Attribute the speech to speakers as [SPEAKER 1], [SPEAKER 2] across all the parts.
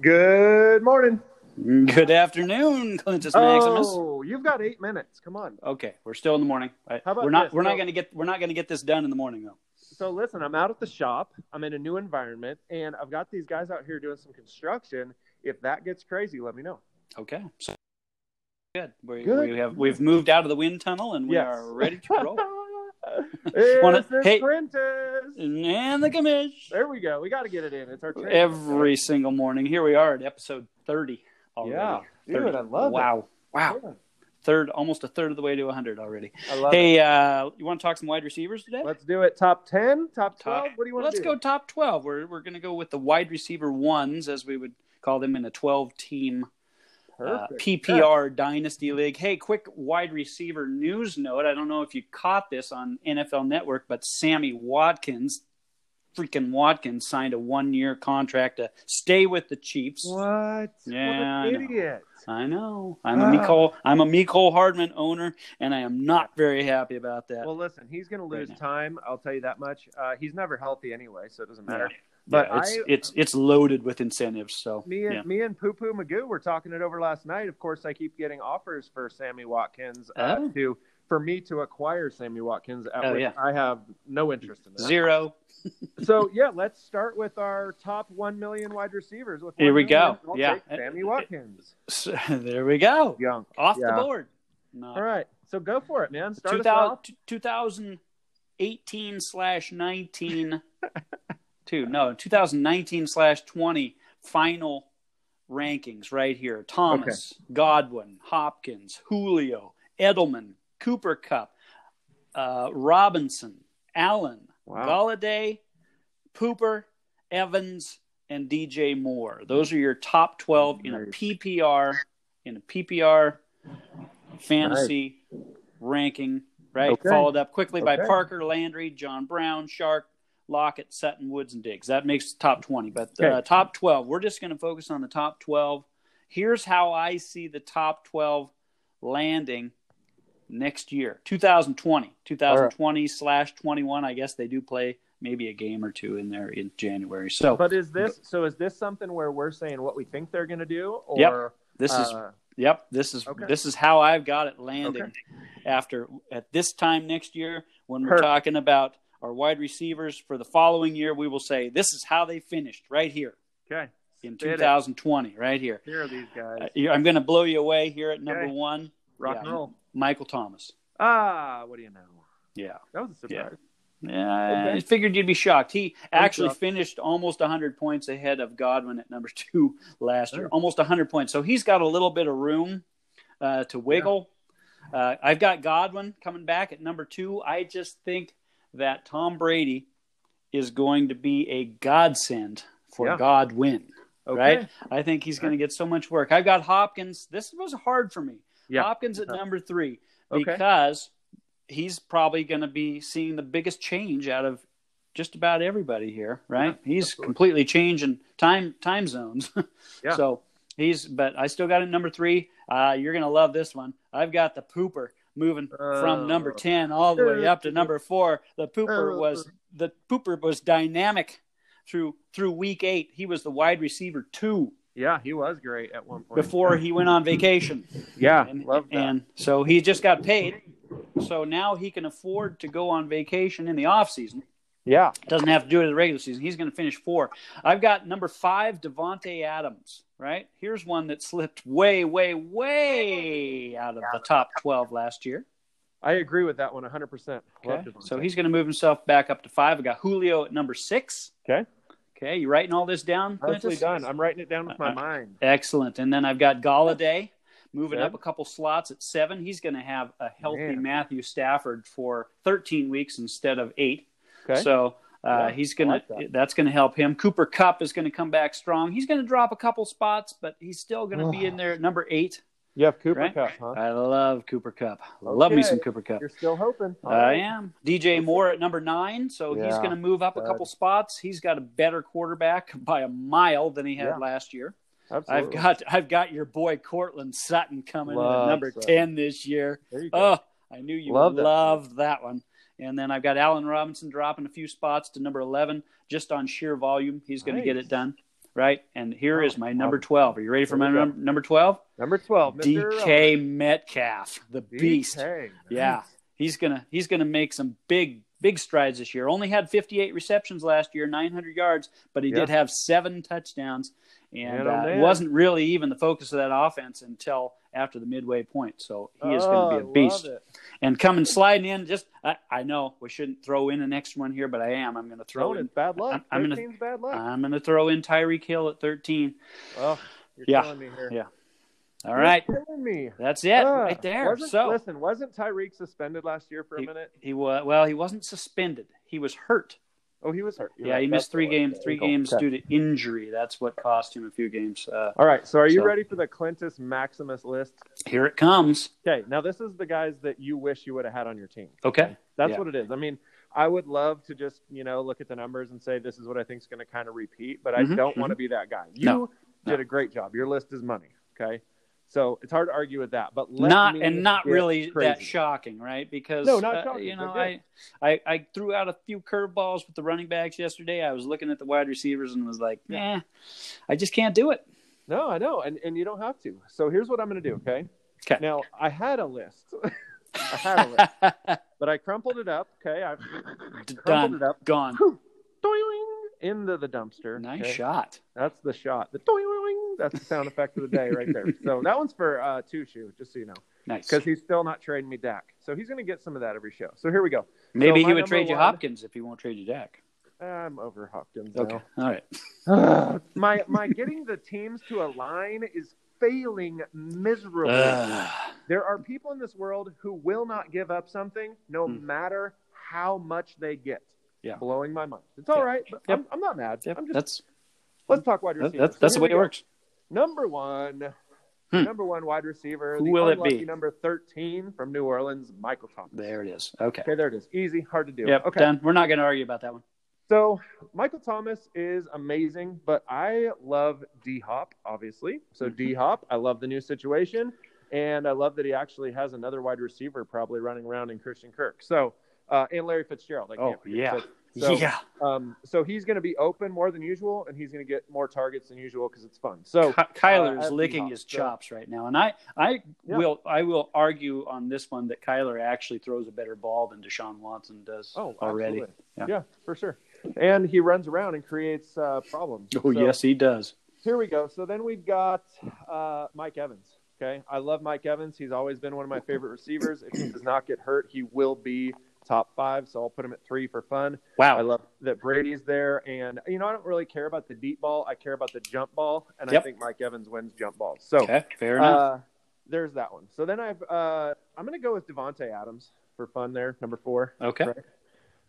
[SPEAKER 1] Good morning.
[SPEAKER 2] Good afternoon, Clintus Maximus.
[SPEAKER 1] Oh, you've got eight minutes. Come on.
[SPEAKER 2] Okay, we're still in the morning. I-
[SPEAKER 1] How about
[SPEAKER 2] we're not
[SPEAKER 1] this?
[SPEAKER 2] we're
[SPEAKER 1] No.
[SPEAKER 2] not going to get we're not going to get this done in the morning though.
[SPEAKER 1] So listen, I'm out at the shop. I'm in a new environment, and I've got these guys out here doing some construction. If that gets crazy, let me know.
[SPEAKER 2] Okay. So good. We,
[SPEAKER 1] Good.
[SPEAKER 2] we have we've moved out of the wind tunnel and we
[SPEAKER 1] Yes.
[SPEAKER 2] are ready to roll.
[SPEAKER 1] It's
[SPEAKER 2] Wanna-
[SPEAKER 1] the
[SPEAKER 2] hey.
[SPEAKER 1] Prentice.
[SPEAKER 2] and the commish.
[SPEAKER 1] There we go. We got to get it in. It's our training.
[SPEAKER 2] Every single morning. Here we are at episode 30 already.
[SPEAKER 1] Yeah. Dude,
[SPEAKER 2] 30.
[SPEAKER 1] I love it.
[SPEAKER 2] wow. Wow.
[SPEAKER 1] Yeah,
[SPEAKER 2] Third almost a third of the way to 100 already.
[SPEAKER 1] I love it.
[SPEAKER 2] hey, uh you want to talk some wide receivers today?
[SPEAKER 1] Let's do it. Top ten, top
[SPEAKER 2] Top-
[SPEAKER 1] twelve. What do you want
[SPEAKER 2] Let's
[SPEAKER 1] to do?
[SPEAKER 2] go top 12. We're, we're going to go with the wide receiver ones, as we would call them in a 12 team uh,
[SPEAKER 1] Perfect.
[SPEAKER 2] PPR Dynasty League. Hey, quick wide receiver news note. I don't know if you caught this on NFL Network, but Sammy Watkins, freaking Watkins, signed a one year contract to stay with the Chiefs.
[SPEAKER 1] What?
[SPEAKER 2] Yeah, I
[SPEAKER 1] what
[SPEAKER 2] know.
[SPEAKER 1] an idiot.
[SPEAKER 2] I know. I'm a
[SPEAKER 1] Ah.
[SPEAKER 2] Miko. I'm a Miko Hardman owner, and I am not very happy about that.
[SPEAKER 1] Well, listen, he's going to
[SPEAKER 2] Uh,
[SPEAKER 1] lose
[SPEAKER 2] Right now.
[SPEAKER 1] time. I'll tell you that much. Uh, he's never healthy anyway, so it doesn't matter.
[SPEAKER 2] Yeah.
[SPEAKER 1] But
[SPEAKER 2] Yeah, it's
[SPEAKER 1] I-
[SPEAKER 2] it's it's loaded with incentives. So
[SPEAKER 1] Me and
[SPEAKER 2] yeah.
[SPEAKER 1] me and Poo Poo Magoo were talking it over last night. Of course, I keep getting offers for Sammy Watkins uh,
[SPEAKER 2] Oh.
[SPEAKER 1] to for me to acquire Sammy Watkins, at
[SPEAKER 2] Oh,
[SPEAKER 1] which
[SPEAKER 2] yeah.
[SPEAKER 1] I have no interest in that.
[SPEAKER 2] zero.
[SPEAKER 1] So yeah, let's start with our top one million wide receivers. With
[SPEAKER 2] Here
[SPEAKER 1] 1
[SPEAKER 2] we
[SPEAKER 1] million,
[SPEAKER 2] go.
[SPEAKER 1] I'll
[SPEAKER 2] Yeah.
[SPEAKER 1] take Sammy Watkins.
[SPEAKER 2] So, there we go.
[SPEAKER 1] Young.
[SPEAKER 2] Off
[SPEAKER 1] Yeah.
[SPEAKER 2] the board. No.
[SPEAKER 1] All right, so go for it, man. Start us off.
[SPEAKER 2] 2000 2018 slash 19 two no 2019 slash 20 final rankings right here thomas godwin hopkins julio edelman cooper cup uh, robinson allen
[SPEAKER 1] Wow.
[SPEAKER 2] Galladay, Pooper, Evans, and DJ Moore. Those are your top twelve in a
[SPEAKER 1] Nice.
[SPEAKER 2] PPR in a PPR fantasy ranking. Right,
[SPEAKER 1] Okay.
[SPEAKER 2] followed up quickly by
[SPEAKER 1] Okay.
[SPEAKER 2] Parker, Landry, John Brown, Shark, Lockett, Sutton, Woods, and Diggs. That makes the top twenty. But uh,
[SPEAKER 1] Okay.
[SPEAKER 2] top twelve, we're just going to focus on the top twelve. Here's how I see the top twelve landing next year 2020 2020 slash 21 i guess they do play maybe a game or two in there in january so
[SPEAKER 1] But is this so? Is this something where we're saying what we think they're going to do, or
[SPEAKER 2] Yep. this is
[SPEAKER 1] uh,
[SPEAKER 2] yep this is
[SPEAKER 1] okay.
[SPEAKER 2] this is how i've got it landing
[SPEAKER 1] Okay.
[SPEAKER 2] after at this time next year when we're
[SPEAKER 1] Perfect.
[SPEAKER 2] talking about our wide receivers for the following year we will say this is how they finished right here
[SPEAKER 1] okay?
[SPEAKER 2] in
[SPEAKER 1] Spit it.
[SPEAKER 2] 2020 right here
[SPEAKER 1] Here are these guys.
[SPEAKER 2] Uh, here- i'm going to blow you away here at number
[SPEAKER 1] Okay.
[SPEAKER 2] one
[SPEAKER 1] Rock
[SPEAKER 2] yeah.
[SPEAKER 1] and roll.
[SPEAKER 2] michael thomas
[SPEAKER 1] Ah, what do you know?
[SPEAKER 2] yeah
[SPEAKER 1] That was a surprise.
[SPEAKER 2] Yeah,
[SPEAKER 1] Okay.
[SPEAKER 2] I figured you'd be shocked. He actually
[SPEAKER 1] shocked.
[SPEAKER 2] finished almost 100 points ahead of Godwin at number two last year,
[SPEAKER 1] Oh.
[SPEAKER 2] almost 100 points. So he's got a little bit of room uh, to wiggle. Uh, I've got Godwin coming back at number two. I just think that Tom Brady is going to be a godsend for
[SPEAKER 1] Yeah.
[SPEAKER 2] Godwin.
[SPEAKER 1] Okay.
[SPEAKER 2] Right? I think he's going to get so much work. I've got Hopkins. This was hard for me.
[SPEAKER 1] Yeah.
[SPEAKER 2] Hopkins at
[SPEAKER 1] Uh-huh.
[SPEAKER 2] number three
[SPEAKER 1] Okay.
[SPEAKER 2] because he's probably going to be seeing the biggest change out of just about everybody here, right? he's
[SPEAKER 1] absolutely.
[SPEAKER 2] completely changing time time zones.
[SPEAKER 1] Yeah.
[SPEAKER 2] So he's, but I still got him number three. Uh, you're going to love this one. I've got the pooper moving
[SPEAKER 1] Oh.
[SPEAKER 2] from number ten all the way up to number four. The pooper
[SPEAKER 1] Oh.
[SPEAKER 2] was the pooper was dynamic through through week eight. He was the wide receiver two
[SPEAKER 1] Yeah, he was great at one point.
[SPEAKER 2] before he went on vacation
[SPEAKER 1] yeah,
[SPEAKER 2] and,
[SPEAKER 1] love that.
[SPEAKER 2] and so he just got paid so now he can afford to go on vacation in the off season
[SPEAKER 1] yeah,
[SPEAKER 2] doesn't have to do it in the regular season he's going to finish four i've got number five devonte adams right here's one that slipped way way way out of the top 12 last year
[SPEAKER 1] I agree with that one 100. percent
[SPEAKER 2] okay? so he's going to move himself back up to five i got julio at number six
[SPEAKER 1] Okay.
[SPEAKER 2] okay you writing all this down
[SPEAKER 1] mostly
[SPEAKER 2] Clintus?
[SPEAKER 1] done. I'm writing it down with my
[SPEAKER 2] Uh,
[SPEAKER 1] mind.
[SPEAKER 2] Excellent. And then I've got Galladay moving
[SPEAKER 1] Good.
[SPEAKER 2] up a couple slots at seven. He's going to have a healthy
[SPEAKER 1] Man.
[SPEAKER 2] Matthew Stafford for 13 weeks instead of eight.
[SPEAKER 1] Okay,
[SPEAKER 2] So uh,
[SPEAKER 1] Yeah,
[SPEAKER 2] he's
[SPEAKER 1] I
[SPEAKER 2] going
[SPEAKER 1] like
[SPEAKER 2] to,
[SPEAKER 1] that.
[SPEAKER 2] that's going to help him. Cooper Cup is going to come back strong. He's going to drop a couple spots, but he's still going to
[SPEAKER 1] Oh.
[SPEAKER 2] be in there at number eight.
[SPEAKER 1] you have Cooper
[SPEAKER 2] right?
[SPEAKER 1] Cup, huh?
[SPEAKER 2] I love Cooper Cup. Love me some
[SPEAKER 1] Okay.
[SPEAKER 2] Cooper Cup.
[SPEAKER 1] You're still hoping. All
[SPEAKER 2] I
[SPEAKER 1] right.
[SPEAKER 2] am. DJ Moore at number nine, so he's
[SPEAKER 1] Yeah,
[SPEAKER 2] going to move up a
[SPEAKER 1] good.
[SPEAKER 2] couple spots. He's got a better quarterback by a mile than he had
[SPEAKER 1] Yeah.
[SPEAKER 2] last year. I've
[SPEAKER 1] Absolutely.
[SPEAKER 2] got I've got your boy Cortland Sutton coming in
[SPEAKER 1] Love
[SPEAKER 2] at number
[SPEAKER 1] Sutton.
[SPEAKER 2] ten this year.
[SPEAKER 1] There you go.
[SPEAKER 2] Oh, I knew you
[SPEAKER 1] Love
[SPEAKER 2] would
[SPEAKER 1] that.
[SPEAKER 2] love that one. And then I've got Allen Robinson dropping a few spots to number eleven just on sheer volume. He's going to get
[SPEAKER 1] Nice.
[SPEAKER 2] it done. right? And here is my number 12. Are you ready for my num- number 12?
[SPEAKER 1] Number twelve, Mr.
[SPEAKER 2] DK Metcalf, the beast.
[SPEAKER 1] DK.
[SPEAKER 2] Yeah. He's going to he's going to make some big big strides this year. Only had 58 receptions last year, 900 yards, but he
[SPEAKER 1] Yeah.
[SPEAKER 2] did have seven touchdowns and
[SPEAKER 1] Man, oh,
[SPEAKER 2] uh,
[SPEAKER 1] man.
[SPEAKER 2] wasn't really even the focus of that offense until after the midway point. So he is going to be a
[SPEAKER 1] Oh, I
[SPEAKER 2] beast
[SPEAKER 1] love it.
[SPEAKER 2] and coming sliding in. Just I, I know we shouldn't throw in an extra one here, but I am. I'm going to throw
[SPEAKER 1] Throwing
[SPEAKER 2] in.
[SPEAKER 1] is bad luck.
[SPEAKER 2] I'm- I'm gonna- Uh,
[SPEAKER 1] 13's bad luck.
[SPEAKER 2] I'm going to throw in Tyreek Hill at 13.
[SPEAKER 1] oh, you're
[SPEAKER 2] yeah.
[SPEAKER 1] killing me here.
[SPEAKER 2] Yeah. All right,
[SPEAKER 1] You're killing me.
[SPEAKER 2] that's it
[SPEAKER 1] Ah,
[SPEAKER 2] right there.
[SPEAKER 1] wasn't-
[SPEAKER 2] So
[SPEAKER 1] listen, wasn't Tyreek suspended last year for a minute?
[SPEAKER 2] he was well. He wasn't suspended. He was hurt.
[SPEAKER 1] Oh, he was hurt. You're
[SPEAKER 2] yeah,
[SPEAKER 1] right.
[SPEAKER 2] he
[SPEAKER 1] That's
[SPEAKER 2] missed three
[SPEAKER 1] what it
[SPEAKER 2] games.
[SPEAKER 1] was.
[SPEAKER 2] Three
[SPEAKER 1] Okay.
[SPEAKER 2] games due to injury. That's what cost him a few games. Uh,
[SPEAKER 1] All right. So, are you
[SPEAKER 2] So-
[SPEAKER 1] ready for the Clintus Maximus list?
[SPEAKER 2] here it comes.
[SPEAKER 1] Okay. Now, this is the guys that you wish you would have had on your team.
[SPEAKER 2] Okay.
[SPEAKER 1] That's
[SPEAKER 2] Yeah.
[SPEAKER 1] what it is. I mean, I would love to just you know look at the numbers and say this is what I think is going to kind of repeat, but I
[SPEAKER 2] Mhm,
[SPEAKER 1] don't want to be that guy. You
[SPEAKER 2] No,
[SPEAKER 1] did a great job. Your list is money. Okay. So it's hard to argue with that, but let
[SPEAKER 2] not
[SPEAKER 1] me
[SPEAKER 2] and not
[SPEAKER 1] get
[SPEAKER 2] really that
[SPEAKER 1] crazy.
[SPEAKER 2] shocking, right? Because
[SPEAKER 1] No, not
[SPEAKER 2] uh,
[SPEAKER 1] shocking,
[SPEAKER 2] you know,
[SPEAKER 1] but
[SPEAKER 2] I, I I threw out a few curveballs with the running backs yesterday. I was looking at the wide receivers and was like, nah, I just can't do it.
[SPEAKER 1] No, I know, and and you don't have to. So here's what I'm going to do. Okay.
[SPEAKER 2] 'Kay.
[SPEAKER 1] Now I had a list. I had a list, but I crumpled it up. Okay. I
[SPEAKER 2] D-
[SPEAKER 1] crumpled
[SPEAKER 2] Done.
[SPEAKER 1] it up.
[SPEAKER 2] Gone.
[SPEAKER 1] Doing into the dumpster.
[SPEAKER 2] Nice
[SPEAKER 1] okay?
[SPEAKER 2] shot.
[SPEAKER 1] That's the shot. The doing. That's the sound effect of the day right there. So that one's for uh, two shoe, just so you know.
[SPEAKER 2] Nice.
[SPEAKER 1] because he's still not trading me Dak. So he's going to get some of that every show. So here we go.
[SPEAKER 2] Maybe
[SPEAKER 1] so
[SPEAKER 2] he
[SPEAKER 1] my
[SPEAKER 2] would
[SPEAKER 1] number
[SPEAKER 2] trade you
[SPEAKER 1] one-
[SPEAKER 2] Hopkins if he won't trade you Dak.
[SPEAKER 1] I'm over Hopkins
[SPEAKER 2] Okay.
[SPEAKER 1] now.
[SPEAKER 2] All right.
[SPEAKER 1] my my getting the teams to align is failing miserably.
[SPEAKER 2] Ugh.
[SPEAKER 1] There are people in this world who will not give up something no
[SPEAKER 2] Hmm.
[SPEAKER 1] matter how much they get.
[SPEAKER 2] Yeah.
[SPEAKER 1] Blowing my mind. It's all
[SPEAKER 2] Yeah.
[SPEAKER 1] right. but
[SPEAKER 2] Yep.
[SPEAKER 1] I'm, I'm not mad.
[SPEAKER 2] Yep,
[SPEAKER 1] I'm just
[SPEAKER 2] that's
[SPEAKER 1] let's talk wide
[SPEAKER 2] that-
[SPEAKER 1] receivers.
[SPEAKER 2] that's
[SPEAKER 1] So
[SPEAKER 2] that's the
[SPEAKER 1] here
[SPEAKER 2] way
[SPEAKER 1] we
[SPEAKER 2] it
[SPEAKER 1] go.
[SPEAKER 2] works.
[SPEAKER 1] Number one,
[SPEAKER 2] Hmm.
[SPEAKER 1] number one wide receiver.
[SPEAKER 2] Who
[SPEAKER 1] the
[SPEAKER 2] will it
[SPEAKER 1] unlucky
[SPEAKER 2] be?
[SPEAKER 1] Number thirteen from New Orleans, Michael Thomas.
[SPEAKER 2] There it is. Okay.
[SPEAKER 1] Okay, there it is. Easy, hard to do.
[SPEAKER 2] Yep.
[SPEAKER 1] Okay.
[SPEAKER 2] Done. We're not going to argue about that one.
[SPEAKER 1] So Michael Thomas is amazing, but I love D Hop, obviously. So
[SPEAKER 2] Mhm.
[SPEAKER 1] D Hop, I love the new situation, and I love that he actually has another wide receiver probably running around in Christian Kirk. So uh, and Larry Fitzgerald. I
[SPEAKER 2] Oh,
[SPEAKER 1] can't forget.
[SPEAKER 2] yeah.
[SPEAKER 1] So, so,
[SPEAKER 2] yeah.
[SPEAKER 1] Um, so he's going to be open more than usual, and he's going to get more targets than usual because it's fun. So
[SPEAKER 2] Ky- Kyler
[SPEAKER 1] uh,
[SPEAKER 2] is
[SPEAKER 1] I'd be
[SPEAKER 2] licking
[SPEAKER 1] hot,
[SPEAKER 2] his
[SPEAKER 1] so-
[SPEAKER 2] chops right now, and I, I
[SPEAKER 1] Yeah.
[SPEAKER 2] will, I will argue on this one that Kyler actually throws a better ball than Deshaun Watson does
[SPEAKER 1] oh,
[SPEAKER 2] already.
[SPEAKER 1] absolutely.
[SPEAKER 2] Yeah.
[SPEAKER 1] Yeah. for sure. And he runs around and creates uh, problems.
[SPEAKER 2] Oh
[SPEAKER 1] So-
[SPEAKER 2] yes, he does.
[SPEAKER 1] here we go. So then we've got uh, Mike Evans. Okay, I love Mike Evans. He's always been one of my favorite receivers. If he does not get hurt, he will be top five. So I'll put him at three for fun. I
[SPEAKER 2] Wow.
[SPEAKER 1] love that Brady's there, and you know I don't really care about the deep ball. I care about the jump ball, and
[SPEAKER 2] Yep.
[SPEAKER 1] I think Mike Evans wins jump balls. So
[SPEAKER 2] Okay, fair enough.
[SPEAKER 1] uh, there's that one. So then I've uh, I'm going to go with Devonte Adams for fun there, number four.
[SPEAKER 2] okay.
[SPEAKER 1] right.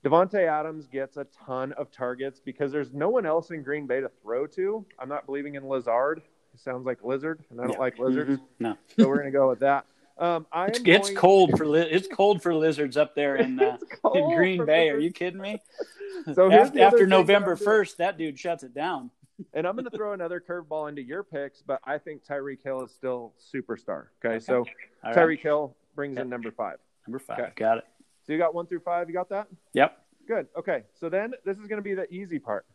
[SPEAKER 1] Devonte Adams gets a ton of targets because there's no one else in Green Bay to throw to. I'm not believing in Lazard. It sounds like lizard, and I don't
[SPEAKER 2] Yeah.
[SPEAKER 1] like lizards,
[SPEAKER 2] Mhm. No,
[SPEAKER 1] so we're gonna go with that. Um, I am
[SPEAKER 2] it's, it's
[SPEAKER 1] going-
[SPEAKER 2] cold for li- it's cold for lizards up there in uh,
[SPEAKER 1] It's
[SPEAKER 2] in
[SPEAKER 1] cold
[SPEAKER 2] Green
[SPEAKER 1] for
[SPEAKER 2] Bay. Are
[SPEAKER 1] lizards.
[SPEAKER 2] you kidding me?
[SPEAKER 1] So here's
[SPEAKER 2] after
[SPEAKER 1] the other
[SPEAKER 2] after
[SPEAKER 1] thing that I'm
[SPEAKER 2] November
[SPEAKER 1] doing.
[SPEAKER 2] first, that dude shuts it down.
[SPEAKER 1] And I'm gonna throw another curveball into your picks, but I think Tyreek Hill is still superstar. Okay, so
[SPEAKER 2] All right,
[SPEAKER 1] Tyreek Hill brings
[SPEAKER 2] Yeah.
[SPEAKER 1] in number five.
[SPEAKER 2] number five,
[SPEAKER 1] okay.
[SPEAKER 2] got it.
[SPEAKER 1] So you got one through five. You got that?
[SPEAKER 2] Yep.
[SPEAKER 1] Good. Okay. So then this is gonna be the easy part.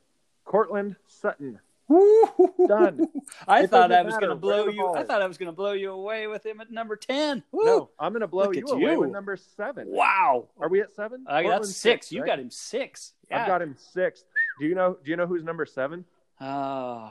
[SPEAKER 1] Cortland Sutton.
[SPEAKER 2] Done. I
[SPEAKER 1] It
[SPEAKER 2] thought
[SPEAKER 1] doesn't
[SPEAKER 2] I was going to
[SPEAKER 1] matter
[SPEAKER 2] blow
[SPEAKER 1] where the
[SPEAKER 2] you.
[SPEAKER 1] ball
[SPEAKER 2] I
[SPEAKER 1] is.
[SPEAKER 2] thought I was going to blow you away with him at number ten. Woo.
[SPEAKER 1] No, I'm gonna blow
[SPEAKER 2] Look
[SPEAKER 1] you
[SPEAKER 2] at
[SPEAKER 1] away
[SPEAKER 2] you.
[SPEAKER 1] with number seven.
[SPEAKER 2] Wow.
[SPEAKER 1] Are we at seven?
[SPEAKER 2] Uh,
[SPEAKER 1] Portland's
[SPEAKER 2] that's six. You
[SPEAKER 1] right?
[SPEAKER 2] got him six.
[SPEAKER 1] I've
[SPEAKER 2] Yeah.
[SPEAKER 1] got him six. Do you know? Do you know who's number seven?
[SPEAKER 2] Oh,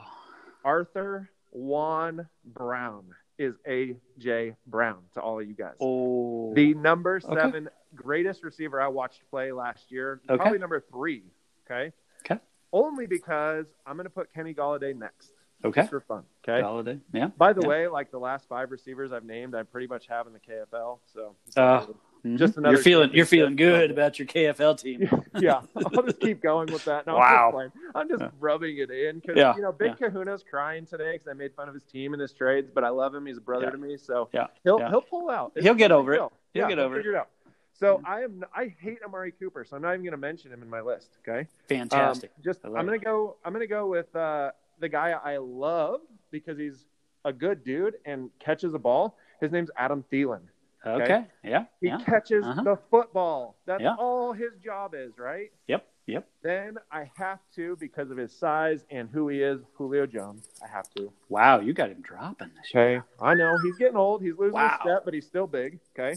[SPEAKER 1] Arthur Juan Brown is AJ Brown to all of you guys.
[SPEAKER 2] oh.
[SPEAKER 1] The number
[SPEAKER 2] Okay.
[SPEAKER 1] seven greatest receiver I watched play last year.
[SPEAKER 2] Okay.
[SPEAKER 1] Probably number three. Okay.
[SPEAKER 2] Okay.
[SPEAKER 1] Only because I'm going to put Kenny Galladay next
[SPEAKER 2] okay.
[SPEAKER 1] just for fun. Okay.
[SPEAKER 2] Holiday. Yeah.
[SPEAKER 1] By the
[SPEAKER 2] Yeah.
[SPEAKER 1] way, like the last five receivers I've named, I pretty much have in the KFL. So
[SPEAKER 2] Uh,
[SPEAKER 1] Just
[SPEAKER 2] Mhm.
[SPEAKER 1] another
[SPEAKER 2] You're feeling. You're
[SPEAKER 1] championship
[SPEAKER 2] feeling good
[SPEAKER 1] moment.
[SPEAKER 2] about your KFL team.
[SPEAKER 1] yeah, Um, I'll just keep going with that. No,
[SPEAKER 2] Wow.
[SPEAKER 1] I'm just, playing. I'm just
[SPEAKER 2] Yeah.
[SPEAKER 1] rubbing it in because
[SPEAKER 2] Yeah,
[SPEAKER 1] you know Big Kahuna's crying today because I made fun of his team and his trades, but I love him. He's a brother
[SPEAKER 2] Yeah.
[SPEAKER 1] to me, so
[SPEAKER 2] Yeah,
[SPEAKER 1] he'll
[SPEAKER 2] yeah.
[SPEAKER 1] he'll pull out.
[SPEAKER 2] He'll get
[SPEAKER 1] no big
[SPEAKER 2] over it.
[SPEAKER 1] deal.
[SPEAKER 2] He'll get over it.
[SPEAKER 1] figure it. out. So
[SPEAKER 2] Mhm.
[SPEAKER 1] I am I hate Amari Cooper, so I'm not even going to mention him in my list. Okay, Um,
[SPEAKER 2] Fantastic.
[SPEAKER 1] just
[SPEAKER 2] I
[SPEAKER 1] I'm
[SPEAKER 2] love
[SPEAKER 1] going to go. I'm going to go with uh, the guy I love because he's a good dude and catches a ball. His name's Adam Thielen.
[SPEAKER 2] okay. Yeah.
[SPEAKER 1] He
[SPEAKER 2] Yeah.
[SPEAKER 1] catches
[SPEAKER 2] Uh-huh.
[SPEAKER 1] the football. That's
[SPEAKER 2] Yeah.
[SPEAKER 1] all his job is, right?
[SPEAKER 2] Yep. Yep.
[SPEAKER 1] Then I have to, because of his size and who he is, Julio Jones. I have to.
[SPEAKER 2] Wow, you got him dropping this year.
[SPEAKER 1] Okay. I know he's getting old. He's losing
[SPEAKER 2] Wow.
[SPEAKER 1] his step, but he's still big. Okay.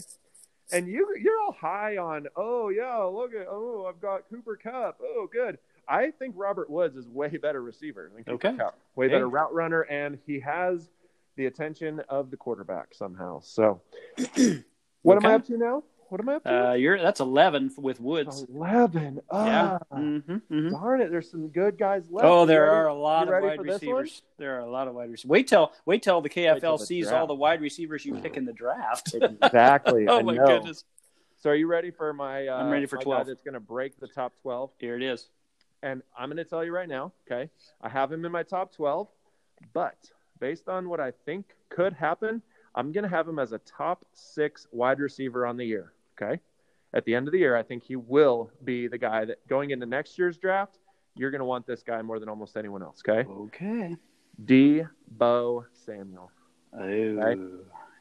[SPEAKER 1] And you you're all high on, oh yeah, look at oh, I've got Cooper Cup. Oh, good. I think Robert Woods is way better receiver than Cooper
[SPEAKER 2] Okay.
[SPEAKER 1] Cup. Way
[SPEAKER 2] Hey.
[SPEAKER 1] better route runner, and he has the attention of the quarterback somehow. So what am
[SPEAKER 2] Okay.
[SPEAKER 1] I up to now? What am I up to?
[SPEAKER 2] Uh, you're that's eleven f- with Woods.
[SPEAKER 1] Eleven.
[SPEAKER 2] yeah.
[SPEAKER 1] Ah,
[SPEAKER 2] hmm hmm
[SPEAKER 1] Darn it, there's some good guys left.
[SPEAKER 2] Oh,
[SPEAKER 1] You
[SPEAKER 2] there
[SPEAKER 1] ready?
[SPEAKER 2] are a lot
[SPEAKER 1] You
[SPEAKER 2] of
[SPEAKER 1] ready
[SPEAKER 2] wide
[SPEAKER 1] for this one?
[SPEAKER 2] receivers. There are a lot of wide receivers. Wait till wait till the KFL
[SPEAKER 1] the
[SPEAKER 2] sees
[SPEAKER 1] draft.
[SPEAKER 2] all the wide receivers you pick in the draft.
[SPEAKER 1] Exactly.
[SPEAKER 2] oh
[SPEAKER 1] I
[SPEAKER 2] my
[SPEAKER 1] know.
[SPEAKER 2] goodness!
[SPEAKER 1] So are you ready for my? Uh,
[SPEAKER 2] I'm ready for
[SPEAKER 1] my guy
[SPEAKER 2] 12.
[SPEAKER 1] That's going to break the top twelve,
[SPEAKER 2] Here it is.
[SPEAKER 1] and I'm going to tell you right now. Okay, I have him in my top twelve, but based on what I think could happen, I'm going to have him as a top six wide receiver on the year. Okay, at the end of the year, I think he will be the guy that going into next year's draft. You're going to want this guy more than almost anyone else. Okay,
[SPEAKER 2] Okay.
[SPEAKER 1] Debo Samuel.
[SPEAKER 2] Oh,
[SPEAKER 1] Right.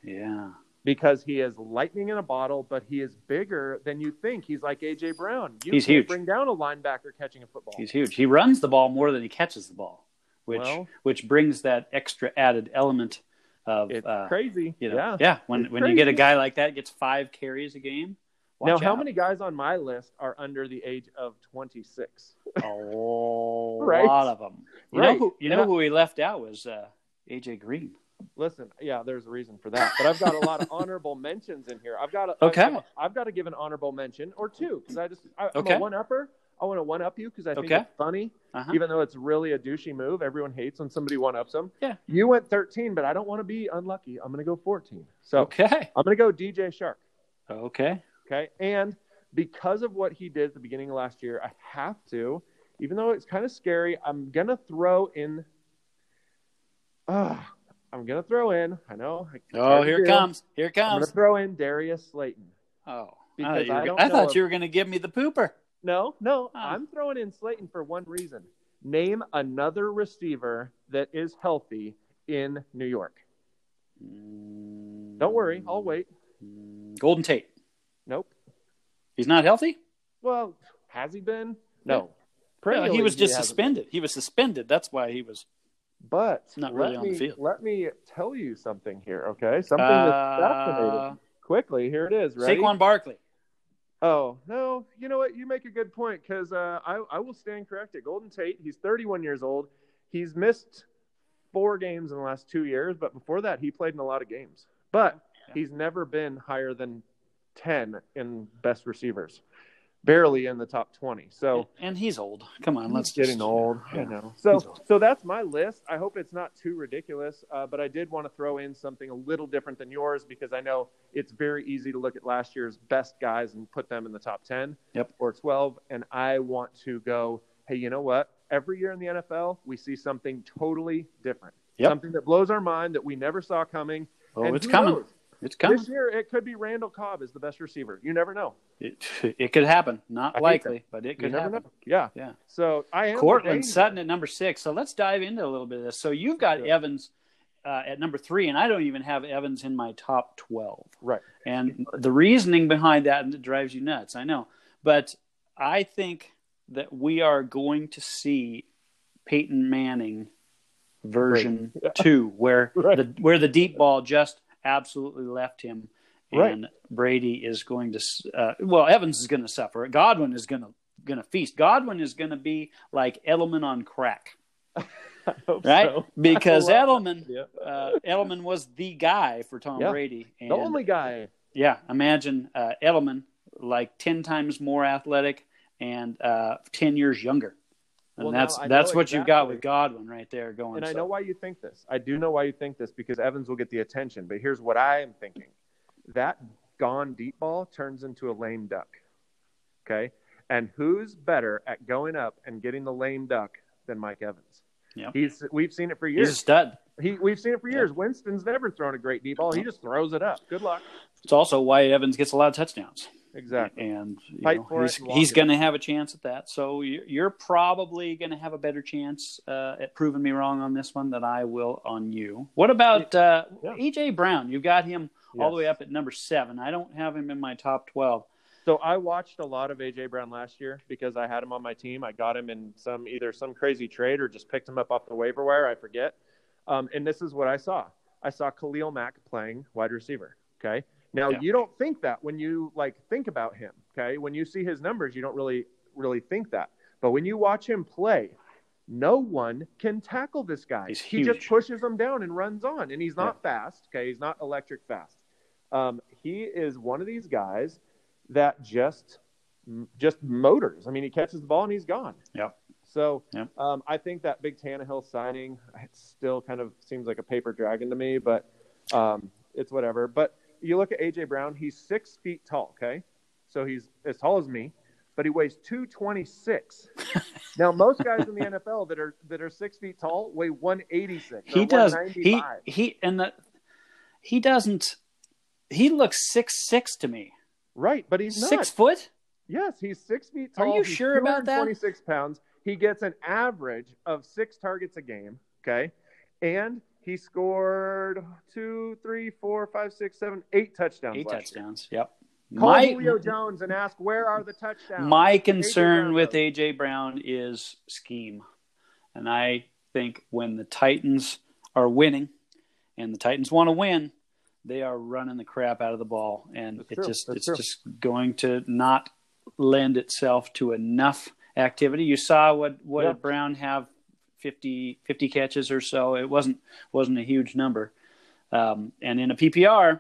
[SPEAKER 2] yeah.
[SPEAKER 1] because he is lightning in a bottle, but he is bigger than you think. He's like AJ Brown. You
[SPEAKER 2] He's
[SPEAKER 1] can't
[SPEAKER 2] huge.
[SPEAKER 1] Bring down a linebacker catching a football.
[SPEAKER 2] He's huge. He runs the ball more than he catches the ball, which
[SPEAKER 1] Well-
[SPEAKER 2] which brings that extra added element of
[SPEAKER 1] it's
[SPEAKER 2] uh,
[SPEAKER 1] crazy.
[SPEAKER 2] you know, yeah.
[SPEAKER 1] yeah.
[SPEAKER 2] when
[SPEAKER 1] It's
[SPEAKER 2] when you get a
[SPEAKER 1] crazy.
[SPEAKER 2] guy like that gets five carries a game.
[SPEAKER 1] Now,
[SPEAKER 2] watch
[SPEAKER 1] how
[SPEAKER 2] out.
[SPEAKER 1] many guys on my list are under the age of 26?
[SPEAKER 2] A
[SPEAKER 1] Right.
[SPEAKER 2] lot of them. You know
[SPEAKER 1] Right.
[SPEAKER 2] who you
[SPEAKER 1] And
[SPEAKER 2] know
[SPEAKER 1] I-
[SPEAKER 2] who we left out was uh, AJ Green.
[SPEAKER 1] Listen, yeah, there's a reason for that, but I've got a lot of honorable mentions in here. I've got to,
[SPEAKER 2] Okay.
[SPEAKER 1] I've, I've got to give an honorable mention or two because I just I,
[SPEAKER 2] Okay.
[SPEAKER 1] am a one upper. I want to one up you because I think
[SPEAKER 2] Okay.
[SPEAKER 1] it's funny,
[SPEAKER 2] Uh-huh.
[SPEAKER 1] even though it's really a douchey move. Everyone hates when somebody one ups them.
[SPEAKER 2] Yeah.
[SPEAKER 1] You went 13, but I don't want to be unlucky. I'm going to go 14. So
[SPEAKER 2] Okay.
[SPEAKER 1] I'm going to go DJ Shark.
[SPEAKER 2] Okay.
[SPEAKER 1] Okay. And because of what he did at the beginning of last year, I have to, even though it's kind of scary, I'm going to throw in. Uh, I'm going to throw in. I know. it's hard
[SPEAKER 2] Oh,
[SPEAKER 1] to
[SPEAKER 2] here it
[SPEAKER 1] do.
[SPEAKER 2] comes. Here it
[SPEAKER 1] I'm going
[SPEAKER 2] comes.
[SPEAKER 1] to throw in Darius Slayton.
[SPEAKER 2] Oh, I
[SPEAKER 1] Because
[SPEAKER 2] thought you were,
[SPEAKER 1] I
[SPEAKER 2] go-
[SPEAKER 1] don't
[SPEAKER 2] I
[SPEAKER 1] know
[SPEAKER 2] thought
[SPEAKER 1] if-
[SPEAKER 2] you were going to give me the pooper.
[SPEAKER 1] No, no.
[SPEAKER 2] Ah.
[SPEAKER 1] I'm throwing in Slayton for one reason. Name another receiver that is healthy in New York. Don't worry. I'll wait.
[SPEAKER 2] Golden Tate.
[SPEAKER 1] Nope.
[SPEAKER 2] He's not healthy.
[SPEAKER 1] Well, has he been? No.
[SPEAKER 2] No, he
[SPEAKER 1] Perennially,
[SPEAKER 2] was just
[SPEAKER 1] hasn't been.
[SPEAKER 2] suspended. He was suspended. That's why he was.
[SPEAKER 1] But
[SPEAKER 2] Not really
[SPEAKER 1] let
[SPEAKER 2] on the
[SPEAKER 1] me-
[SPEAKER 2] field.
[SPEAKER 1] Let me tell you something here, okay? Something that's
[SPEAKER 2] Uh,
[SPEAKER 1] fascinating. Quickly, here it is. Ready?
[SPEAKER 2] Saquon Barkley.
[SPEAKER 1] Oh no! You know what? You make a good point because uh, I I will stand corrected. Golden Tate, he's 31 years old. He's missed four games in the last two years, but before that, he played in a lot of games. But
[SPEAKER 2] Yeah.
[SPEAKER 1] he's never been higher than 10 in best receivers, barely in the top 20. So.
[SPEAKER 2] And he's old. Come on, let's
[SPEAKER 1] Oh. He's getting
[SPEAKER 2] just-
[SPEAKER 1] old.
[SPEAKER 2] yeah.
[SPEAKER 1] I know.
[SPEAKER 2] He's
[SPEAKER 1] So,
[SPEAKER 2] old.
[SPEAKER 1] so that's my list. I hope it's not too ridiculous, uh, but I did want to throw in something a little different than yours because I know it's very easy to look at last year's best guys and put them in the top ten
[SPEAKER 2] Yep.
[SPEAKER 1] or twelve. And I want to go. Hey, you know what? Every year in the NFL, we see something totally different.
[SPEAKER 2] Yep.
[SPEAKER 1] Something that blows our mind that we never saw coming.
[SPEAKER 2] Oh,
[SPEAKER 1] And
[SPEAKER 2] it's
[SPEAKER 1] who
[SPEAKER 2] coming.
[SPEAKER 1] knows?
[SPEAKER 2] It's coming.
[SPEAKER 1] This year, it could be Randall Cobb is the best receiver. You never know.
[SPEAKER 2] It, it could happen. Not
[SPEAKER 1] I hate
[SPEAKER 2] likely, but it
[SPEAKER 1] You
[SPEAKER 2] could
[SPEAKER 1] never
[SPEAKER 2] happen.
[SPEAKER 1] know. Yeah.
[SPEAKER 2] Yeah.
[SPEAKER 1] So I am. the
[SPEAKER 2] Cortland
[SPEAKER 1] danger.
[SPEAKER 2] Sutton at number six. So let's dive into a little bit of this. So you've got
[SPEAKER 1] Sure.
[SPEAKER 2] Evans uh, at number three, and I don't even have Evans in my top twelve.
[SPEAKER 1] Right.
[SPEAKER 2] And the reasoning behind that and it drives you nuts. I know, but I think that we are going to see Peyton Manning version two, where
[SPEAKER 1] Right.
[SPEAKER 2] the where the deep ball just absolutely left him,
[SPEAKER 1] Right.
[SPEAKER 2] and Brady is going to. s- Uh, well, Evans is going to suffer. Godwin is going to going to feast. Godwin is going to be like Edelman on crack,
[SPEAKER 1] I hope
[SPEAKER 2] right?
[SPEAKER 1] so.
[SPEAKER 2] Because
[SPEAKER 1] I love
[SPEAKER 2] Edelman.
[SPEAKER 1] Yeah.
[SPEAKER 2] Uh, Edelman was the guy for Tom
[SPEAKER 1] Yeah.
[SPEAKER 2] Brady. And
[SPEAKER 1] the only guy.
[SPEAKER 2] yeah, imagine uh, Edelman like ten times more athletic and uh, ten years younger, and
[SPEAKER 1] Well, now
[SPEAKER 2] that's
[SPEAKER 1] I
[SPEAKER 2] that's
[SPEAKER 1] know
[SPEAKER 2] what you've got
[SPEAKER 1] exactly-
[SPEAKER 2] with Godwin right there going.
[SPEAKER 1] And I
[SPEAKER 2] so-
[SPEAKER 1] know why you think this. I do know why you think this because Evans will get the attention. But here's what I am thinking that gone deep ball turns into a lame duck. Okay. And who's better at going up and getting the lame duck than Mike Evans?
[SPEAKER 2] Yep.
[SPEAKER 1] He's, we've seen it for
[SPEAKER 2] he's a
[SPEAKER 1] years.
[SPEAKER 2] stud.
[SPEAKER 1] He, we've seen it for
[SPEAKER 2] Yeah.
[SPEAKER 1] years. Winston's never thrown a great deep ball. He
[SPEAKER 2] Mhm.
[SPEAKER 1] just throws it up. Good luck.
[SPEAKER 2] It's also why Evans gets a lot of touchdowns.
[SPEAKER 1] Exactly.
[SPEAKER 2] And you
[SPEAKER 1] Fight
[SPEAKER 2] know,
[SPEAKER 1] for it
[SPEAKER 2] he's,
[SPEAKER 1] and lock
[SPEAKER 2] he's
[SPEAKER 1] it.
[SPEAKER 2] going to have a chance at that. So you- you're probably going to have a better chance uh, at proving me wrong on this one than I will on you. What about uh,
[SPEAKER 1] Yeah.
[SPEAKER 2] EJ Brown? You've got him all the way
[SPEAKER 1] Yes.
[SPEAKER 2] up at number seven. I don't have him in my top 12.
[SPEAKER 1] So I watched a lot of AJ Brown last year because I had him on my team. I got him in some either some crazy trade or just picked him up off the waiver wire. I forget. Um, and this is what I saw. I saw Khalil Mack playing wide receiver. Okay. Now
[SPEAKER 2] Yeah.
[SPEAKER 1] you don't think that when you like think about him. Okay. When you see his numbers, you don't really really think that. But when you watch him play, no one can tackle this guy.
[SPEAKER 2] He's
[SPEAKER 1] he just
[SPEAKER 2] huge.
[SPEAKER 1] pushes him down and runs on, and he's not fast. Okay, he's not electric fast. Um, he is one of these guys that just just motors. I mean, he catches the ball and he's gone.
[SPEAKER 2] Yep.
[SPEAKER 1] So
[SPEAKER 2] Yep.
[SPEAKER 1] Um, I think that big Tannehill signing it still kind of seems like a paper dragon to me, but um, it's whatever. But you look at AJ Brown; he's six feet tall. Okay, so he's as tall as me, but he weighs two twenty six. now, most guys in the NFL that are that are six feet tall weigh one eighty six.
[SPEAKER 2] He does. He he and the he doesn't. He looks six six to me.
[SPEAKER 1] right, but he's not.
[SPEAKER 2] Six foot.
[SPEAKER 1] Yes, he's six feet
[SPEAKER 2] Are
[SPEAKER 1] tall.
[SPEAKER 2] you
[SPEAKER 1] he's
[SPEAKER 2] sure about that?
[SPEAKER 1] 226 pounds. He gets an average of six targets a game. Okay, and he scored two, three, four, five, six, seven, eight touchdowns.
[SPEAKER 2] Eight
[SPEAKER 1] last year.
[SPEAKER 2] touchdowns. Yep.
[SPEAKER 1] Call
[SPEAKER 2] My
[SPEAKER 1] Julio Jones and ask where are the touchdowns.
[SPEAKER 2] my
[SPEAKER 1] Brown
[SPEAKER 2] concern with
[SPEAKER 1] does.
[SPEAKER 2] AJ Brown is scheme, and I think when the Titans are winning, and the Titans want to win, they are running the crap out of the ball, and
[SPEAKER 1] That's
[SPEAKER 2] it
[SPEAKER 1] true.
[SPEAKER 2] just
[SPEAKER 1] That's
[SPEAKER 2] it's
[SPEAKER 1] true.
[SPEAKER 2] just going to not lend itself to enough activity. You saw what what
[SPEAKER 1] Yeah.
[SPEAKER 2] did Brown have 50, 50 catches or so. It wasn't wasn't a huge number, um, and in a PPR,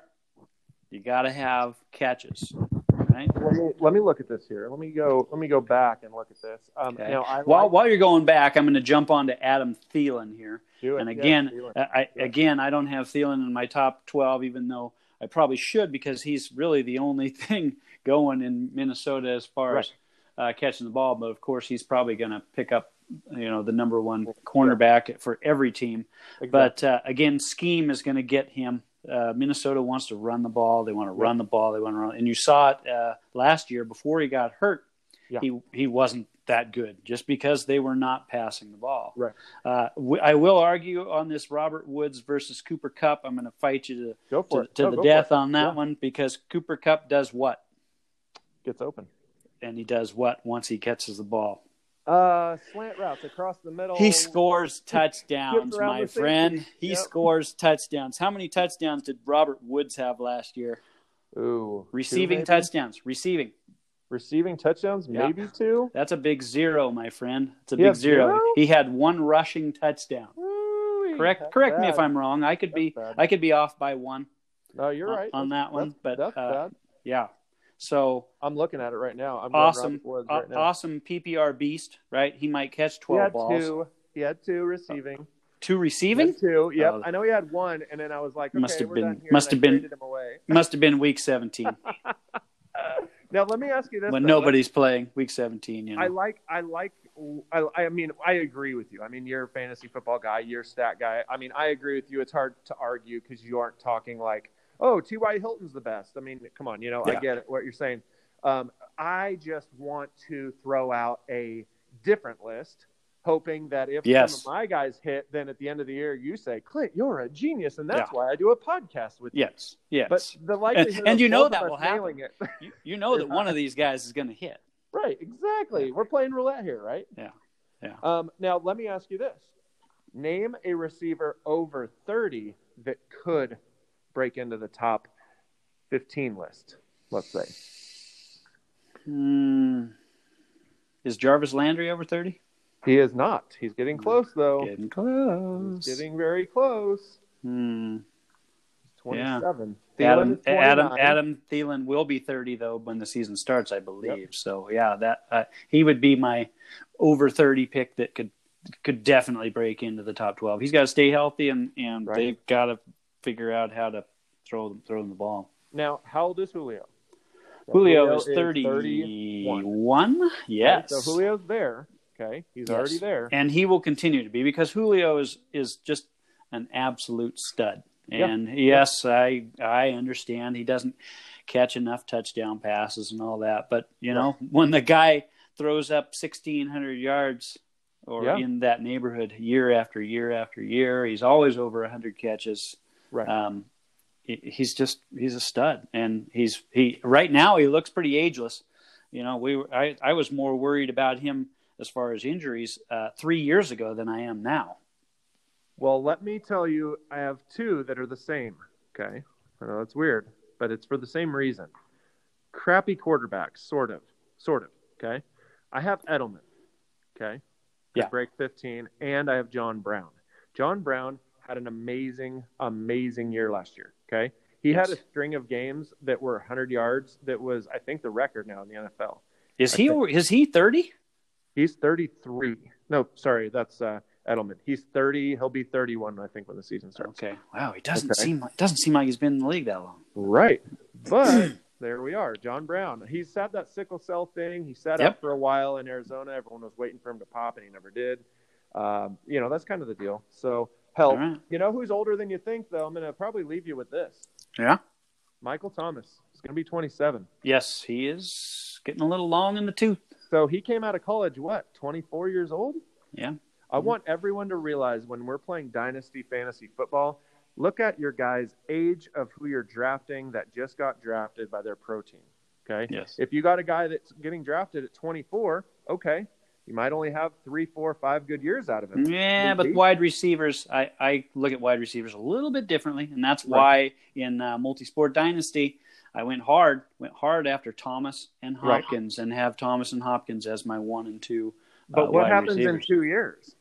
[SPEAKER 2] you got to have catches, right?
[SPEAKER 1] Let me, let me look at this here. Let me go. Let me go back and look at this. Um,
[SPEAKER 2] Okay.
[SPEAKER 1] now, I
[SPEAKER 2] While,
[SPEAKER 1] like
[SPEAKER 2] while you're going back, I'm going to jump on to Adam Thielen here.
[SPEAKER 1] do it.
[SPEAKER 2] And
[SPEAKER 1] Yes,
[SPEAKER 2] again, uh,
[SPEAKER 1] do it.
[SPEAKER 2] I, I- again, I don't have Thielen in my top 12, even though I probably should because he's really the only thing going in Minnesota as far as uh, catching the ball. But of course, he's probably going to pick up, you know, the number one cornerback for every team.
[SPEAKER 1] Exactly.
[SPEAKER 2] But uh, again, scheme is going to get him. Uh, Minnesota wants to run the ball. They want to run the ball. They want to run. And you saw it uh, last year before he got hurt.
[SPEAKER 1] Yeah.
[SPEAKER 2] He he wasn't that good just because they were not passing the ball.
[SPEAKER 1] Right.
[SPEAKER 2] Uh, w- I will argue on this Robert Woods versus Cooper Cup. I'm going to fight you
[SPEAKER 1] go
[SPEAKER 2] to
[SPEAKER 1] for
[SPEAKER 2] to,
[SPEAKER 1] it.
[SPEAKER 2] to
[SPEAKER 1] No,
[SPEAKER 2] the
[SPEAKER 1] go for
[SPEAKER 2] death
[SPEAKER 1] it.
[SPEAKER 2] on that
[SPEAKER 1] Yeah.
[SPEAKER 2] one because Cooper Cup does what
[SPEAKER 1] Gets open.
[SPEAKER 2] and he does what once he catches the ball.
[SPEAKER 1] Uh, slant routes across the middle.
[SPEAKER 2] He scores touchdowns,
[SPEAKER 1] Skips around
[SPEAKER 2] my
[SPEAKER 1] the
[SPEAKER 2] friend.
[SPEAKER 1] safety.
[SPEAKER 2] He
[SPEAKER 1] Yep.
[SPEAKER 2] scores touchdowns. How many touchdowns did Robert Woods have last year?
[SPEAKER 1] Ooh, two
[SPEAKER 2] Receiving
[SPEAKER 1] maybe?
[SPEAKER 2] touchdowns. Receiving.
[SPEAKER 1] Receiving touchdowns,
[SPEAKER 2] Yeah.
[SPEAKER 1] maybe two.
[SPEAKER 2] That's a big zero, my friend. It's a
[SPEAKER 1] He
[SPEAKER 2] big
[SPEAKER 1] had
[SPEAKER 2] zero.
[SPEAKER 1] zero?
[SPEAKER 2] He had one rushing touchdown.
[SPEAKER 1] Woo-wee.
[SPEAKER 2] Correct.
[SPEAKER 1] That's
[SPEAKER 2] correct me
[SPEAKER 1] bad.
[SPEAKER 2] if I'm wrong. I could be.
[SPEAKER 1] That's bad.
[SPEAKER 2] I could be off by one.
[SPEAKER 1] No, you're
[SPEAKER 2] on-
[SPEAKER 1] right
[SPEAKER 2] on that one,
[SPEAKER 1] That's-
[SPEAKER 2] but,
[SPEAKER 1] that's
[SPEAKER 2] uh,
[SPEAKER 1] bad.
[SPEAKER 2] Yeah. So
[SPEAKER 1] I'm looking at it right now. I'm going
[SPEAKER 2] awesome,
[SPEAKER 1] Robert Woods
[SPEAKER 2] aw-
[SPEAKER 1] right now.
[SPEAKER 2] awesome PPR beast, right? He might catch
[SPEAKER 1] He
[SPEAKER 2] twelve
[SPEAKER 1] had
[SPEAKER 2] balls, two,
[SPEAKER 1] two. He had two receiving. He
[SPEAKER 2] receiving.
[SPEAKER 1] had two. Yep.
[SPEAKER 2] Oh.
[SPEAKER 1] I know he had one, and then I was like, okay,
[SPEAKER 2] Must have
[SPEAKER 1] we're
[SPEAKER 2] been-
[SPEAKER 1] done here,
[SPEAKER 2] must
[SPEAKER 1] and I
[SPEAKER 2] have been-
[SPEAKER 1] traded him away.
[SPEAKER 2] Must have been week seventeen
[SPEAKER 1] Now let me ask you this:
[SPEAKER 2] when
[SPEAKER 1] though.
[SPEAKER 2] nobody's playing. Week seventeen, you know.
[SPEAKER 1] I like, I like, I, I mean, I agree with you. I mean, you're a fantasy football guy, you're a stat guy. I mean, I agree with you. It's hard to argue because you aren't talking like, oh, T.Y. Hilton's the best. I mean, come on, you know,
[SPEAKER 2] Yeah.
[SPEAKER 1] I get it, what you're saying. Um, I just want to throw out a different list, hoping that if
[SPEAKER 2] Yes.
[SPEAKER 1] some of my guys hit, then at the end of the year, you say, Clint, you're a genius. And that's
[SPEAKER 2] Yeah.
[SPEAKER 1] why I do a podcast with you.
[SPEAKER 2] yes, yes.
[SPEAKER 1] But the likelihood
[SPEAKER 2] and
[SPEAKER 1] of
[SPEAKER 2] you know
[SPEAKER 1] both of
[SPEAKER 2] that
[SPEAKER 1] us
[SPEAKER 2] will happen.
[SPEAKER 1] nailing it-
[SPEAKER 2] you, you know that
[SPEAKER 1] Yeah.
[SPEAKER 2] one of these guys is going to hit.
[SPEAKER 1] Right, exactly. We're playing roulette here, right?
[SPEAKER 2] Yeah. Yeah.
[SPEAKER 1] Um, now let me ask you this: Name a receiver over thirty that could break into the top fifteen list. Let's say
[SPEAKER 2] Hmm. Is Jarvis Landry over thirty?
[SPEAKER 1] he is not. He's getting
[SPEAKER 2] Mm.
[SPEAKER 1] close though.
[SPEAKER 2] Getting close.
[SPEAKER 1] He's getting very close.
[SPEAKER 2] Hmm. Yeah.
[SPEAKER 1] Twenty-seven. Thielen
[SPEAKER 2] Adam
[SPEAKER 1] is 29.
[SPEAKER 2] Adam Adam Thielen will be 30 though when the season starts, I believe. So yeah, that uh, he would be my over 30 pick that could could definitely break into the top 12. He's got to stay healthy and and
[SPEAKER 1] Right.
[SPEAKER 2] they've got to figure out how to throw them throw them the ball.
[SPEAKER 1] Now, how old is Julio? Now,
[SPEAKER 2] Julio, is
[SPEAKER 1] 30.
[SPEAKER 2] 31.
[SPEAKER 1] right?
[SPEAKER 2] Yes.
[SPEAKER 1] So Julio's there. Okay, he's
[SPEAKER 2] Yes.
[SPEAKER 1] already there.
[SPEAKER 2] and he will continue to be because Julio is is just an absolute stud.
[SPEAKER 1] Yeah.
[SPEAKER 2] And yes, I I understand he doesn't catch enough touchdown passes and all that, but you know when the guy throws up sixteen hundred yards or
[SPEAKER 1] Yeah.
[SPEAKER 2] in that neighborhood year after year after year, he's always over hundred catches.
[SPEAKER 1] Right.
[SPEAKER 2] Um, he's just he's a stud, and he's he right now he looks pretty ageless. You know, we were, I I was more worried about him as far as injuries uh, three years ago than I am now.
[SPEAKER 1] Well, let me tell you, I have two that are the same. Okay, I know that's weird, but it's for the same reason. Crappy quarterbacks, sort of, sort of. Okay, I have Edelman. Okay,
[SPEAKER 2] Yeah.
[SPEAKER 1] break fifteen, and I have John Brown. John Brown had an amazing, amazing year last year. Okay, he had
[SPEAKER 2] Yes.
[SPEAKER 1] a string of games that were 100 yards. That was, I think, the record now in the NFL.
[SPEAKER 2] Is
[SPEAKER 1] I
[SPEAKER 2] he
[SPEAKER 1] think-
[SPEAKER 2] is he thirty?
[SPEAKER 1] He's 33. No, sorry, that's uh, Edelman. He's 30. He'll be 31, I think, when the season starts.
[SPEAKER 2] Okay. Wow, he doesn't
[SPEAKER 1] Okay.
[SPEAKER 2] seem like doesn't seem like he's been in the league that long.
[SPEAKER 1] Right. But there we are. John Brown. He's had that sickle cell thing. He sat
[SPEAKER 2] Yep.
[SPEAKER 1] up for a while in Arizona. Everyone was waiting for him to pop, and he never did. Um, you know, that's kind of the deal. So, hell,
[SPEAKER 2] All right.
[SPEAKER 1] you know who's older than you think, though? I'm going to probably leave you with this
[SPEAKER 2] Yeah.
[SPEAKER 1] Michael Thomas. He's going to be 27.
[SPEAKER 2] Yes, he is getting a little long in the tooth.
[SPEAKER 1] So he came out of college, what, 24 years old?
[SPEAKER 2] Yeah.
[SPEAKER 1] I want everyone to realize when we're playing dynasty fantasy football, look at your guy's age of who you're drafting that just got drafted by their pro team. Okay.
[SPEAKER 2] Yes.
[SPEAKER 1] If you got a guy that's getting drafted at 24, okay, you might only have three, four, five good years out of him.
[SPEAKER 2] Yeah, but
[SPEAKER 1] Indeed.
[SPEAKER 2] wide receivers, I, I look at wide receivers a little bit differently, and that's why in uh, multi-sport dynasty, I went hard, went hard after Thomas and
[SPEAKER 1] Right.
[SPEAKER 2] Hopkins, and have Thomas and Hopkins as my one and two.
[SPEAKER 1] But
[SPEAKER 2] uh,
[SPEAKER 1] what
[SPEAKER 2] wide
[SPEAKER 1] happens in
[SPEAKER 2] receivers.
[SPEAKER 1] two years?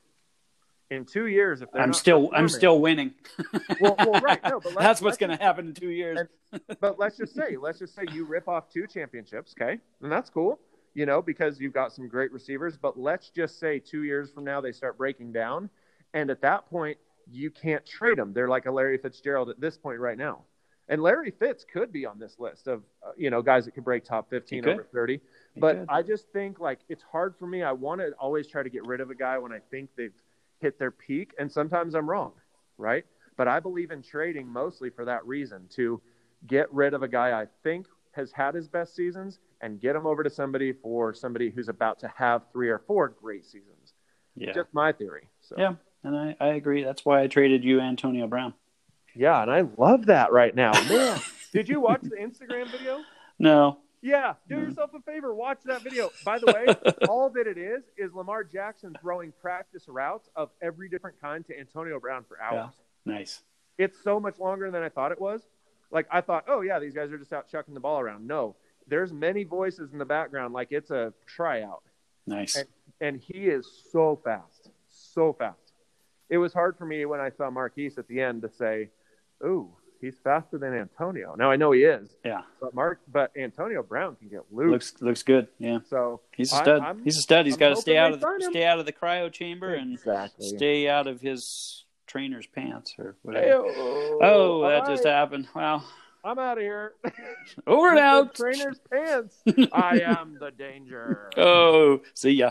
[SPEAKER 1] In two years, if they're
[SPEAKER 2] I'm
[SPEAKER 1] not
[SPEAKER 2] still, I'm
[SPEAKER 1] performing-
[SPEAKER 2] still winning.
[SPEAKER 1] well, well, right. No, but let's,
[SPEAKER 2] that's what's going
[SPEAKER 1] let's-
[SPEAKER 2] to happen in two years.
[SPEAKER 1] And- But let's just say, let's just say you rip off two championships, okay, and that's cool, you know, because you've got some great receivers. But let's just say two years from now they start breaking down, and at that point you can't trade them. They're like a Larry Fitzgerald at this point right now, and Larry Fitz could be on this list of uh, you know guys that could break top fifteen
[SPEAKER 2] could.
[SPEAKER 1] over thirty. But I just think like it's hard for me. I want to always try to get rid of a guy when I think they've hit their peak, and sometimes I'm wrong, right? But I believe in trading mostly for that reason to get rid of a guy I think has had his best seasons and get him over to somebody for somebody who's about to have three or four great seasons.
[SPEAKER 2] yeah,
[SPEAKER 1] Just my theory. So.
[SPEAKER 2] Yeah. and I, I agree. That's why I traded you, Antonio Brown.
[SPEAKER 1] yeah, and I love that right now. Man, did you watch the Instagram video?
[SPEAKER 2] No,
[SPEAKER 1] Yeah, do
[SPEAKER 2] Mhm.
[SPEAKER 1] yourself a favor. Watch that video. By the way, all that it is is Lamar Jackson throwing practice routes of every different kind to Antonio Brown for hours.
[SPEAKER 2] nice.
[SPEAKER 1] It's so much longer than I thought it was. Like I thought, oh yeah, these guys are just out chucking the ball around. No, there's many voices in the background. Like it's a tryout,
[SPEAKER 2] Nice.
[SPEAKER 1] And- and he is so fast, so fast. It was hard for me when I saw Marquise at the end to say, "Ooh, he's faster than Antonio." Now I know he is,
[SPEAKER 2] yeah.
[SPEAKER 1] but Mark, but Antonio Brown can get loose.
[SPEAKER 2] Looks looks good. Yeah.
[SPEAKER 1] so
[SPEAKER 2] He's a
[SPEAKER 1] I-
[SPEAKER 2] stud.
[SPEAKER 1] I'm-
[SPEAKER 2] He's a stud. He's
[SPEAKER 1] I'm
[SPEAKER 2] got to stay
[SPEAKER 1] hoping
[SPEAKER 2] out
[SPEAKER 1] they
[SPEAKER 2] of the,
[SPEAKER 1] sign him.
[SPEAKER 2] stay out of the cryo chamber and
[SPEAKER 1] Exactly.
[SPEAKER 2] stay out of his trainer's pants or whatever.
[SPEAKER 1] Ayo.
[SPEAKER 2] oh,
[SPEAKER 1] All
[SPEAKER 2] that just
[SPEAKER 1] right,
[SPEAKER 2] happened. Wow.
[SPEAKER 1] I'm out of here.
[SPEAKER 2] Over and out.
[SPEAKER 1] Trainer's pants. I am the danger.
[SPEAKER 2] Oh, see ya.